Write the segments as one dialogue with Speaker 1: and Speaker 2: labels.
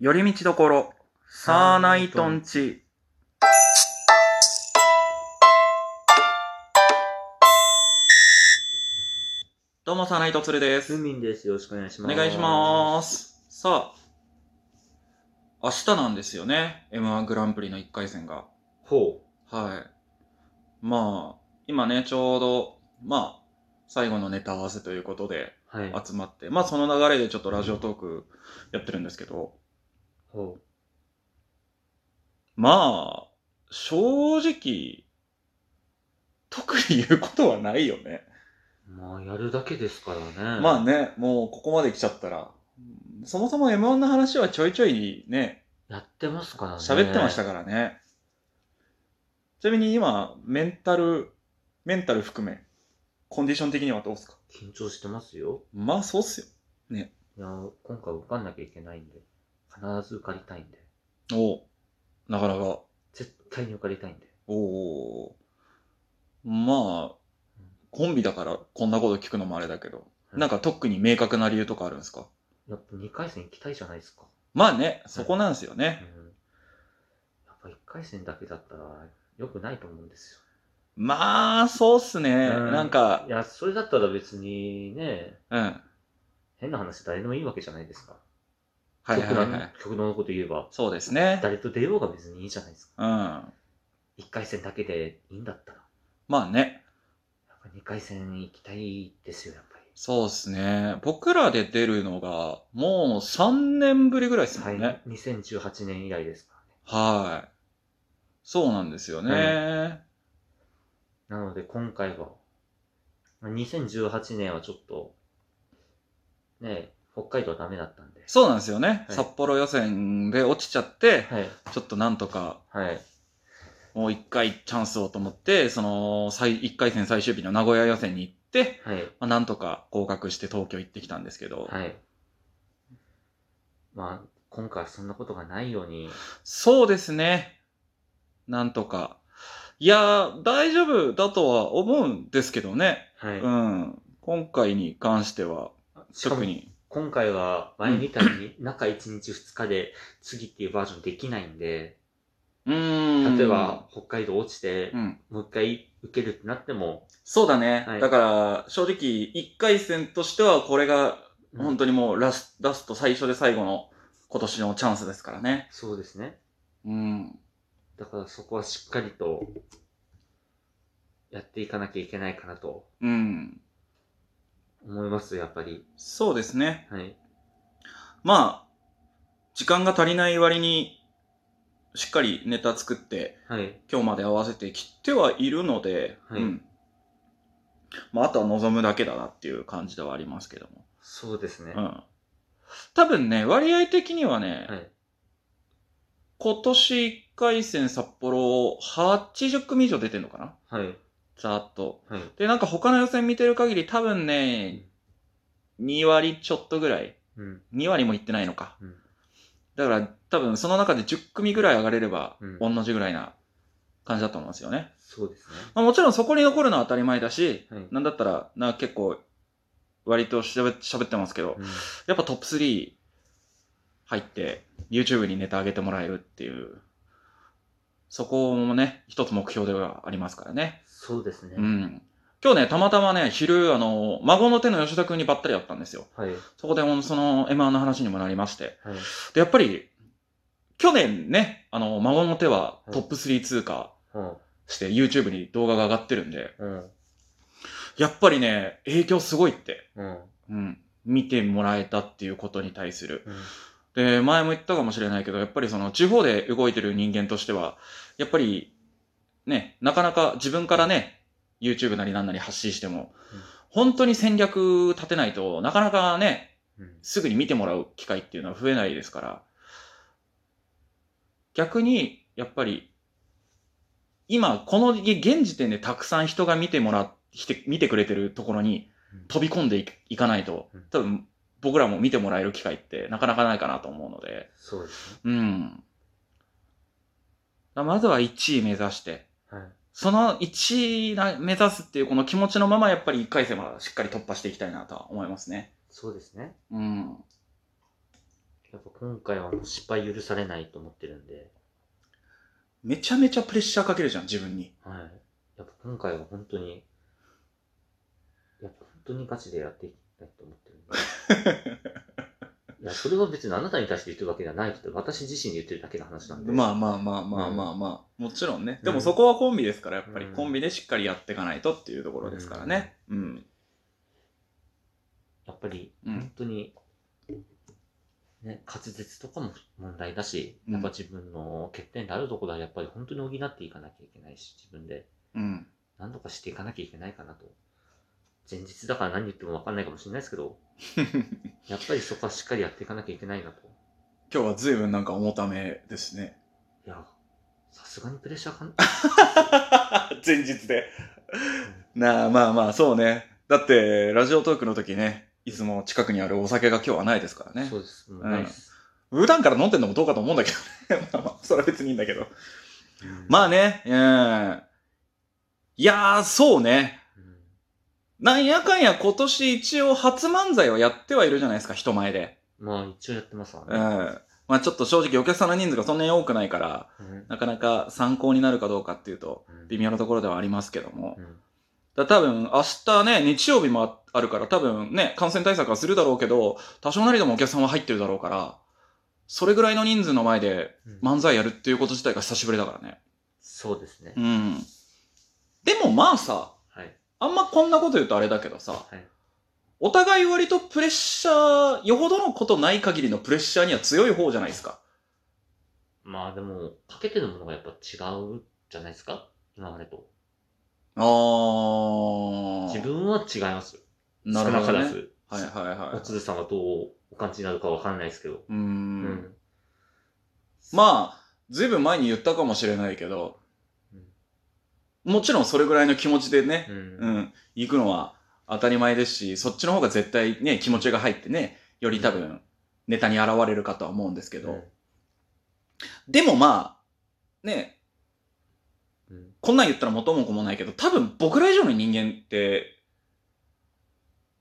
Speaker 1: 寄り道どころ、サーナイトンチ。どうも、サーナイトツルですす。
Speaker 2: みんです。よろしくお願いし
Speaker 1: お
Speaker 2: ます。
Speaker 1: 願いします。さあ、明日なんですよね。M1 グランプリの1回戦が。
Speaker 2: す。ほ
Speaker 1: はい。まあ、今ね、ちょうど、まあ、最後のネタ合わせということで
Speaker 2: う。はい。
Speaker 1: 集まって、まあその流れでちょっとラジオトークやってるんですけど、
Speaker 2: ほう。
Speaker 1: まあ、正直、特に言うことはないよね。
Speaker 2: まあ、やるだけですからね。
Speaker 1: まあね、もうここまで来ちゃったら、そもそも M1 の話はちょいちょいね、
Speaker 2: やってますからね。
Speaker 1: 喋ってましたからね。ちなみに今、メンタル、メンタル含め、コンディション的にはどうですか
Speaker 2: 緊張してますよ。
Speaker 1: まあそうっすよ。
Speaker 2: いや、今回受かんなきゃいけないんで、必ず受かりたいんで、
Speaker 1: おうなかなか。お
Speaker 2: 絶対に受かりたいんで。
Speaker 1: うおうまあ、コンビだからこんなこと聞くのもあれだけど、なんか特に明確な理由とかあるんですか
Speaker 2: やっぱ2回戦行きたいじゃないですか。
Speaker 1: まあね、そこなんですよ
Speaker 2: うん
Speaker 1: ね。。
Speaker 2: やっぱ1回戦だけだったら、良くないと思うんですよ。
Speaker 1: まあ、そうっすね。
Speaker 2: うん
Speaker 1: なんか
Speaker 2: い、や、それだったら別にね、
Speaker 1: うん。は
Speaker 2: 変な話誰でもいいわけじゃないですか。
Speaker 1: いはい
Speaker 2: 極
Speaker 1: は
Speaker 2: 論
Speaker 1: い。
Speaker 2: 極論のこと言えば、
Speaker 1: そうですね。
Speaker 2: 誰と出ようが別にいいじゃないですか。
Speaker 1: うん。ま
Speaker 2: 1回戦だけでいいんだったら。
Speaker 1: あね、
Speaker 2: やっぱ2回戦行きたいですよ、やっぱり。
Speaker 1: そうっすね。僕らで出るのが、もう3年ぶりぐらいですもんね。
Speaker 2: はい。2018年以来ですか
Speaker 1: はい。そうなんですよね。
Speaker 2: らね。なので今回は、まあ2018年はちょっと、ねえ、北海道はダメだったんで。
Speaker 1: そうなんですよね。
Speaker 2: はい
Speaker 1: 札幌予選で落ちちゃって、
Speaker 2: はい。
Speaker 1: ちょっとなんとか、
Speaker 2: はい。
Speaker 1: もう一回チャンスをと思って、その、最一回戦最終日の名古屋予選に行って、
Speaker 2: はい。
Speaker 1: まあ、なんとか合格して東京行ってきたんですけど、
Speaker 2: はい。まあ、今回はそんなことがないように、
Speaker 1: そうですね。なんとか。いやー、大丈夫だとは思うんですけどね。
Speaker 2: はい。
Speaker 1: うん。今回に関しては、
Speaker 2: しかも
Speaker 1: 特に。
Speaker 2: 今回は前みたいに中1日2日で次っていうバージョンできないんで、
Speaker 1: うーん。
Speaker 2: 例えば、北海道落ちて
Speaker 1: う、ん。
Speaker 2: もう一回受けるってなっても、
Speaker 1: そうだね。
Speaker 2: はい
Speaker 1: だから、正直、一回戦としてはこれが、
Speaker 2: うん
Speaker 1: 本当にもうラス,、ラスト最初で最後の今年のチャンスですからね。
Speaker 2: そうですね。
Speaker 1: うん。
Speaker 2: だからそこはしっかりとやっていかなきゃいけないかなと
Speaker 1: うん。
Speaker 2: 思います、やっぱり。
Speaker 1: そうですね。
Speaker 2: はい。
Speaker 1: まあ、時間が足りない割に、しっかりネタ作って、
Speaker 2: はい。
Speaker 1: 今日まで合わせてきてはいるので、
Speaker 2: はい
Speaker 1: うん。まあ、あとは望むだけだなっていう感じではありますけども。
Speaker 2: そうですね。
Speaker 1: う
Speaker 2: は
Speaker 1: ん。多分ね、割合的にはね、
Speaker 2: い。
Speaker 1: 今年1回戦札幌80組以上出てんのかな
Speaker 2: はい。
Speaker 1: ざーっと。
Speaker 2: はい。
Speaker 1: で、なんか他の予選見てる限り多分ね、2割ちょっとぐらい。
Speaker 2: うん。
Speaker 1: 2割もいってないのか。
Speaker 2: うん
Speaker 1: だから多分その中で10組ぐらい上がれれば、
Speaker 2: う
Speaker 1: 同じぐらいな感じだと思うんですよね。
Speaker 2: そうですね。
Speaker 1: まあ、もちろんそこに残るのは当たり前だし、
Speaker 2: はい。
Speaker 1: なんだったら、な、結構、割としゃべ喋ってますけど、
Speaker 2: うん
Speaker 1: やっぱトップ3入って、YouTube にネタ上げてもらえるっていう、そこもね、一つ目標ではありますからね。
Speaker 2: そうですね
Speaker 1: う。ん。今日ね、たまたまね、昼、あの、孫の手の吉田くんにばったり会ったんですよ。
Speaker 2: はい。はい。
Speaker 1: そこで、その、M1 の話にもなりまして。で、やっぱり、去年ね、あの、孫の手はトップ3通過
Speaker 2: うん。
Speaker 1: して、YouTube に動画が上がってるんで、
Speaker 2: うん。
Speaker 1: やっぱりね、影響すごいって。
Speaker 2: うん。
Speaker 1: うん、見てもらえたっていうことに対する。
Speaker 2: うん
Speaker 1: で、前も言ったかもしれないけど、やっぱりその地方で動いてる人間としては、やっぱり、ね、なかなか自分からね、YouTube なりなんなり発信しても
Speaker 2: うん、
Speaker 1: 本当に戦略立てないとなかなかね、
Speaker 2: うん。
Speaker 1: すぐに見てもらう機会っていうのは増えないですから、逆に、やっぱり、今、この現時点でたくさん人が見てもらって、見てくれてるところに、飛び込んでいいかないと
Speaker 2: うん、
Speaker 1: 多分僕らも見てもらえる機会ってなかなかないかなと思うので、
Speaker 2: そうですね。
Speaker 1: うん。まずは1位目指して、
Speaker 2: はい。
Speaker 1: その1位な目指すっていうこの気持ちのままやっぱり1回戦はしっかり突破していきたいなとは思いますね。
Speaker 2: そうですね。
Speaker 1: うん。
Speaker 2: やっぱ今回はもう失敗許されないと思ってるんで、
Speaker 1: めちゃめちゃプレッシャーかけるじゃん、自分に。
Speaker 2: はい。やっぱ今回は本当に、やっぱ本当にガチでやっていきたいと思ってる んで。いや、それは別にあなたに対して言ってるわけではないけど、私自身で言ってるだけの話なんで。
Speaker 1: まあまあまあまあまあまあ、もちろんね。でもそこはコンビですから、やっぱり
Speaker 2: うん
Speaker 1: コンビでしっかりやっていかないとっていうところですからね。うん。
Speaker 2: やっぱり、
Speaker 1: うん
Speaker 2: 本当に、ね、滑舌とかも問題だし、
Speaker 1: うん
Speaker 2: やっぱ自分の欠点であるところはやっぱり本当に補っていかなきゃいけないし、自分で
Speaker 1: うん。
Speaker 2: 何とかしていかなきゃいけないかなと。前日だから何言っても分かんないかもしれないですけど、やっぱりそこはしっかりやっていかなきゃいけないなと。
Speaker 1: 今日は随分なんか重ためですね。
Speaker 2: いや、さすがにプレッシャーかん、
Speaker 1: 前日で。なあ、まあまあ、そうね。だって、ラジオトークの時ね、いつも近くにあるお酒が今日はないですからね
Speaker 2: そ。うです。もう
Speaker 1: うん
Speaker 2: ないです。
Speaker 1: 普段から飲んでんのもどうかと思うんだけどね。ま あまあ、それは別にいいんだけど。まあ
Speaker 2: ね、
Speaker 1: ね、うん。いやー、そうね。
Speaker 2: うん
Speaker 1: なんやかんや今年一応初漫才はやってはいるじゃないですか、人前で。
Speaker 2: まあ一応やってますわ
Speaker 1: うん。
Speaker 2: ね。
Speaker 1: まあちょっと正直お客さんの人数がそんなに多くないから、
Speaker 2: うん
Speaker 1: なかなか参考になるかどうかっていうと、
Speaker 2: うん
Speaker 1: 微妙なところではありますけども。
Speaker 2: うん
Speaker 1: だ多分明日ね、日曜日もああるから、多分ね、感染対策はするだろうけど、多少なりともお客さんは入ってるだろうから、それぐらいの人数の前で
Speaker 2: うん
Speaker 1: 漫才やるっていうこと自体が久しぶりだからね。
Speaker 2: そうですね
Speaker 1: う。ん。でもまあさ、
Speaker 2: はい。
Speaker 1: あんまこんなこと言うとあれだけどさ、
Speaker 2: はい。
Speaker 1: お互い割とプレッシャー、よほどのことない限りのプレッシャーには強い方じゃないですか。
Speaker 2: まあでも、かけてるものがやっぱ違うじゃないですか今までと。
Speaker 1: あー。
Speaker 2: 自分は違いますよ。
Speaker 1: なるほど、
Speaker 2: 少なから
Speaker 1: ね。
Speaker 2: ず。
Speaker 1: はいはいは
Speaker 2: おつるさんはどうお感じになるかわかんないですけど。
Speaker 1: い。う。。
Speaker 2: うん
Speaker 1: まあ、ずいぶん前に言ったかもしれないけど、もちろんそれぐらいの気持ちでね
Speaker 2: う、。
Speaker 1: うんん、行くのは当たり前ですし、そっちの方が絶対ね、気持ちが入ってね、より多分、ネタに現れるかとは思うんですけ
Speaker 2: け
Speaker 1: ど、でもまあ、ね、
Speaker 2: うん。
Speaker 1: こんなん言ったら元も子もないけど、多分僕ら以上の人間って、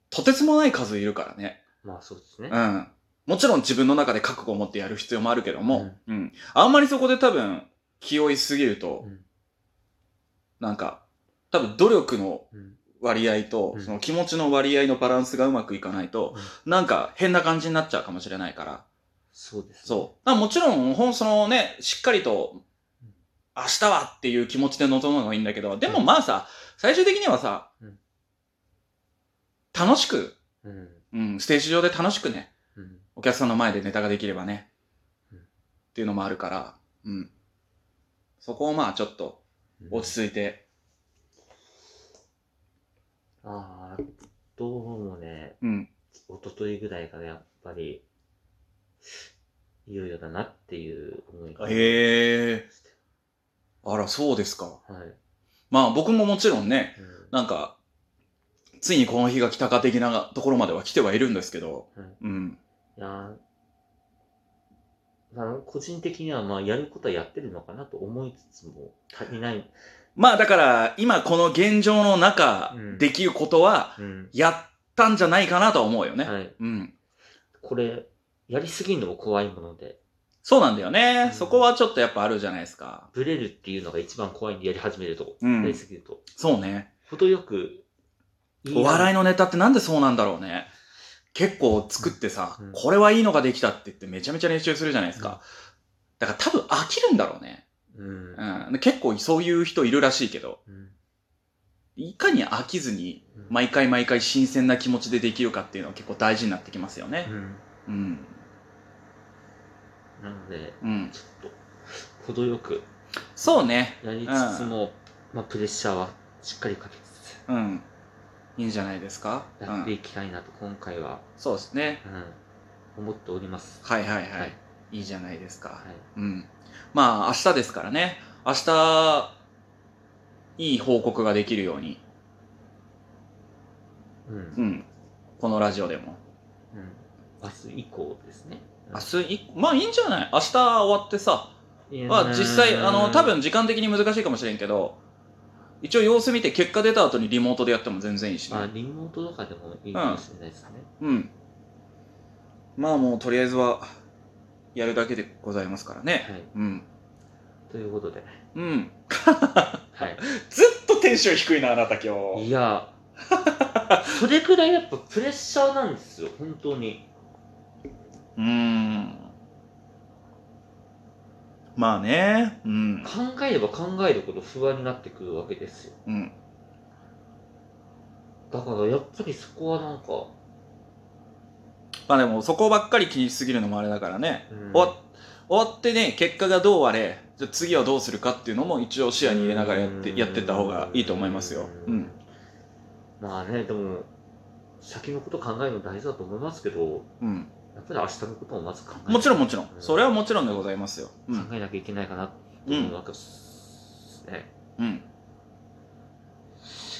Speaker 1: とてつもない数いるからね。
Speaker 2: まあそうですね
Speaker 1: う。ん。もちろん自分の中で覚悟を持ってやる必要もあるけども、うん。あんまりそこで多分、気負いすぎると、
Speaker 2: うん
Speaker 1: なんか、多分努力の
Speaker 2: うん。
Speaker 1: 割合と、
Speaker 2: うん
Speaker 1: その気持ちの割合のバランスがうまくいかないと、なんか変な感じになっちゃうかもしれないから。
Speaker 2: そうですね。
Speaker 1: そう。まあもちろん、ほん、そのね、しっかりと
Speaker 2: うん、
Speaker 1: 明日はっていう気持ちで臨むのがいいんだけど、でもまあさ、最終的にはさ
Speaker 2: うん、
Speaker 1: 楽しく、
Speaker 2: う。うん。
Speaker 1: うん、ステージ上で楽しくね、
Speaker 2: うん。
Speaker 1: お客さんの前でネタができればね
Speaker 2: うん、
Speaker 1: っていうのもあるから、うん。そこをまあちょっと落ち着いて、
Speaker 2: ああ、どうもね、
Speaker 1: うん。
Speaker 2: 一昨日ぐらいからやっぱり、いよいよだなっていう思いが。
Speaker 1: へえ。あら、そうですか。
Speaker 2: はい。うん
Speaker 1: まあ僕ももちろんね、なんか、ついにこの日が来たか的なところまでは来てはいるんですけど、
Speaker 2: はい
Speaker 1: うん。
Speaker 2: いやーまあ個人的には、まあ、やることはやってるのかなと思いつつも、足りない。
Speaker 1: まあだから、今この現状の中
Speaker 2: うん、
Speaker 1: できることは、
Speaker 2: うん。
Speaker 1: やったんじゃないかなとは思うよね。
Speaker 2: はい。
Speaker 1: うん。
Speaker 2: これ、やりすぎるのも怖いもので、
Speaker 1: そうなんだよね、
Speaker 2: うん
Speaker 1: そこはちょっとやっぱあるじゃないですか。
Speaker 2: ブレるっていうのが一番怖いんで、やり始めると。
Speaker 1: うん
Speaker 2: やりすぎると。
Speaker 1: そうね。
Speaker 2: 程よく、
Speaker 1: お笑い
Speaker 2: い
Speaker 1: のネタってなんでそうなんだろうね。結構作ってさ、
Speaker 2: うん
Speaker 1: これはいいのができたって言ってめちゃめちゃ練習するじゃないですか。だから多分飽きるんだろうね。
Speaker 2: の。うん。
Speaker 1: うん。で結構そういう人いるらしいけど、
Speaker 2: うん
Speaker 1: いかに飽きずに
Speaker 2: うん
Speaker 1: 毎回毎回新鮮な気持ちでできるかっていうのは結構大事になってきますよ
Speaker 2: う
Speaker 1: ね。
Speaker 2: ん。
Speaker 1: うん。
Speaker 2: なので、
Speaker 1: うん。
Speaker 2: ちょっと、程よく
Speaker 1: そうね。
Speaker 2: やりつつも、まあ、プレッシャーはしっかりかけつつ、
Speaker 1: うん。いいんじゃないですか。う
Speaker 2: やって
Speaker 1: ん。
Speaker 2: いきたいなと、今回は、
Speaker 1: そうですね。
Speaker 2: うん、思っております。
Speaker 1: はいはいは
Speaker 2: はいい。
Speaker 1: いいじゃないですか。
Speaker 2: はい。
Speaker 1: うん。まあ、明日ですからね。明日、いい報告ができるように。
Speaker 2: うん。
Speaker 1: うん。このラジオでも。
Speaker 2: うん。明日以降ですね。
Speaker 1: 明日い、まあいいんじゃない明日終わってさ。まあ実際、あの、多分時間的に難しいかもしれんけど、一応様子見て結果出た後にリモートでやっても全然いいし、
Speaker 2: まあ、
Speaker 1: ね。
Speaker 2: リモートとかでもいいかもしれないですね。
Speaker 1: うん。まあもうとりあえずは、やるだけでございますからね。
Speaker 2: はい。
Speaker 1: うん。
Speaker 2: ということで。
Speaker 1: うん。
Speaker 2: はい。
Speaker 1: ずっとテンション低いな、あなた今日。
Speaker 2: いや、それくらいやっぱプレッシャーなんですよ、本当に。
Speaker 1: うーん。まあね。うん。
Speaker 2: 考えれば考えるほど不安になってくるわけですよ。
Speaker 1: うん。
Speaker 2: だからやっぱりそこはなんか、
Speaker 1: まあでも、そこばっかり気にしすぎるのもあれだからね。
Speaker 2: うん
Speaker 1: 終わっ終わってね、結果がどうあれ、じゃあ次はどうするかっていうのも一応視野に入れながらやって、やってった方がいいと思いますよ。うん。。
Speaker 2: まあね、でも、先のこと考えるの大事だと思いますけど、
Speaker 1: うん。
Speaker 2: やっぱり明日のこともまず考え
Speaker 1: もちろんもちろん。
Speaker 2: うん
Speaker 1: それはもちろんでございますよ。うん。
Speaker 2: 考えなきゃいけないかなって思うわけですね。
Speaker 1: うん。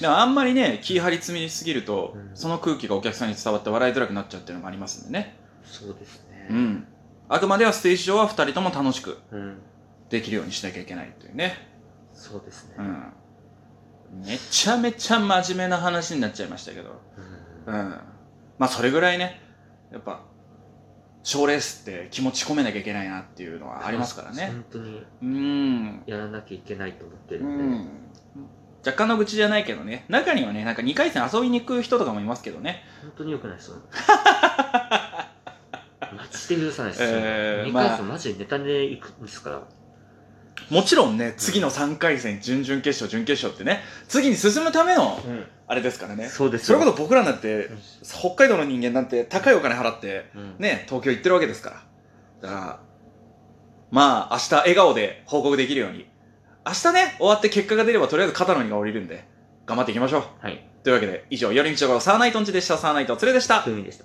Speaker 1: でもあんまりね、気張り詰めすぎると、
Speaker 2: うん
Speaker 1: その空気がお客さんに伝わって笑いづらくなっちゃうっていうのもありますんでね。
Speaker 2: そうですね。
Speaker 1: うん。あくまではステージ上は二人とも楽しく
Speaker 2: うん。
Speaker 1: できるようにしなきゃいけないというね。
Speaker 2: そうですね。
Speaker 1: うん。めちゃめちゃ真面目な話になっちゃいましたけど。うん。まあそれぐらいね、やっぱ、賞レースって気持ち込めなきゃいけないなっていうのはありますからね。
Speaker 2: 本当に
Speaker 1: うん。
Speaker 2: やらなきゃいけないと思ってる
Speaker 1: うん
Speaker 2: で。
Speaker 1: ん若干の愚痴じゃないけどね中にはねなんか2回戦遊びに行く人とかもいますけどね
Speaker 2: 本当に良くない ですよ。マジで許さないですよ。
Speaker 1: えー
Speaker 2: 2
Speaker 1: まあ
Speaker 2: 回戦マジでネタで行くんですから。
Speaker 1: もちろんね次の3回戦準々決勝準決勝ってね次に進むためのあれですからね
Speaker 2: そうです
Speaker 1: それ
Speaker 2: よ。
Speaker 1: こそ僕らなんて
Speaker 2: うん
Speaker 1: 北海道の人間なんて高いお金払って
Speaker 2: うん
Speaker 1: ね東京行ってるわけですからだからまあ明日笑顔で報告できるように明日ね終わって結果が出ればとりあえず肩の荷が下りるんで頑張っていきましょう
Speaker 2: はい。
Speaker 1: というわけで以上「寄り道ごろサーナイトンチ」でしたサーナイトツレでした
Speaker 2: ふうみでした。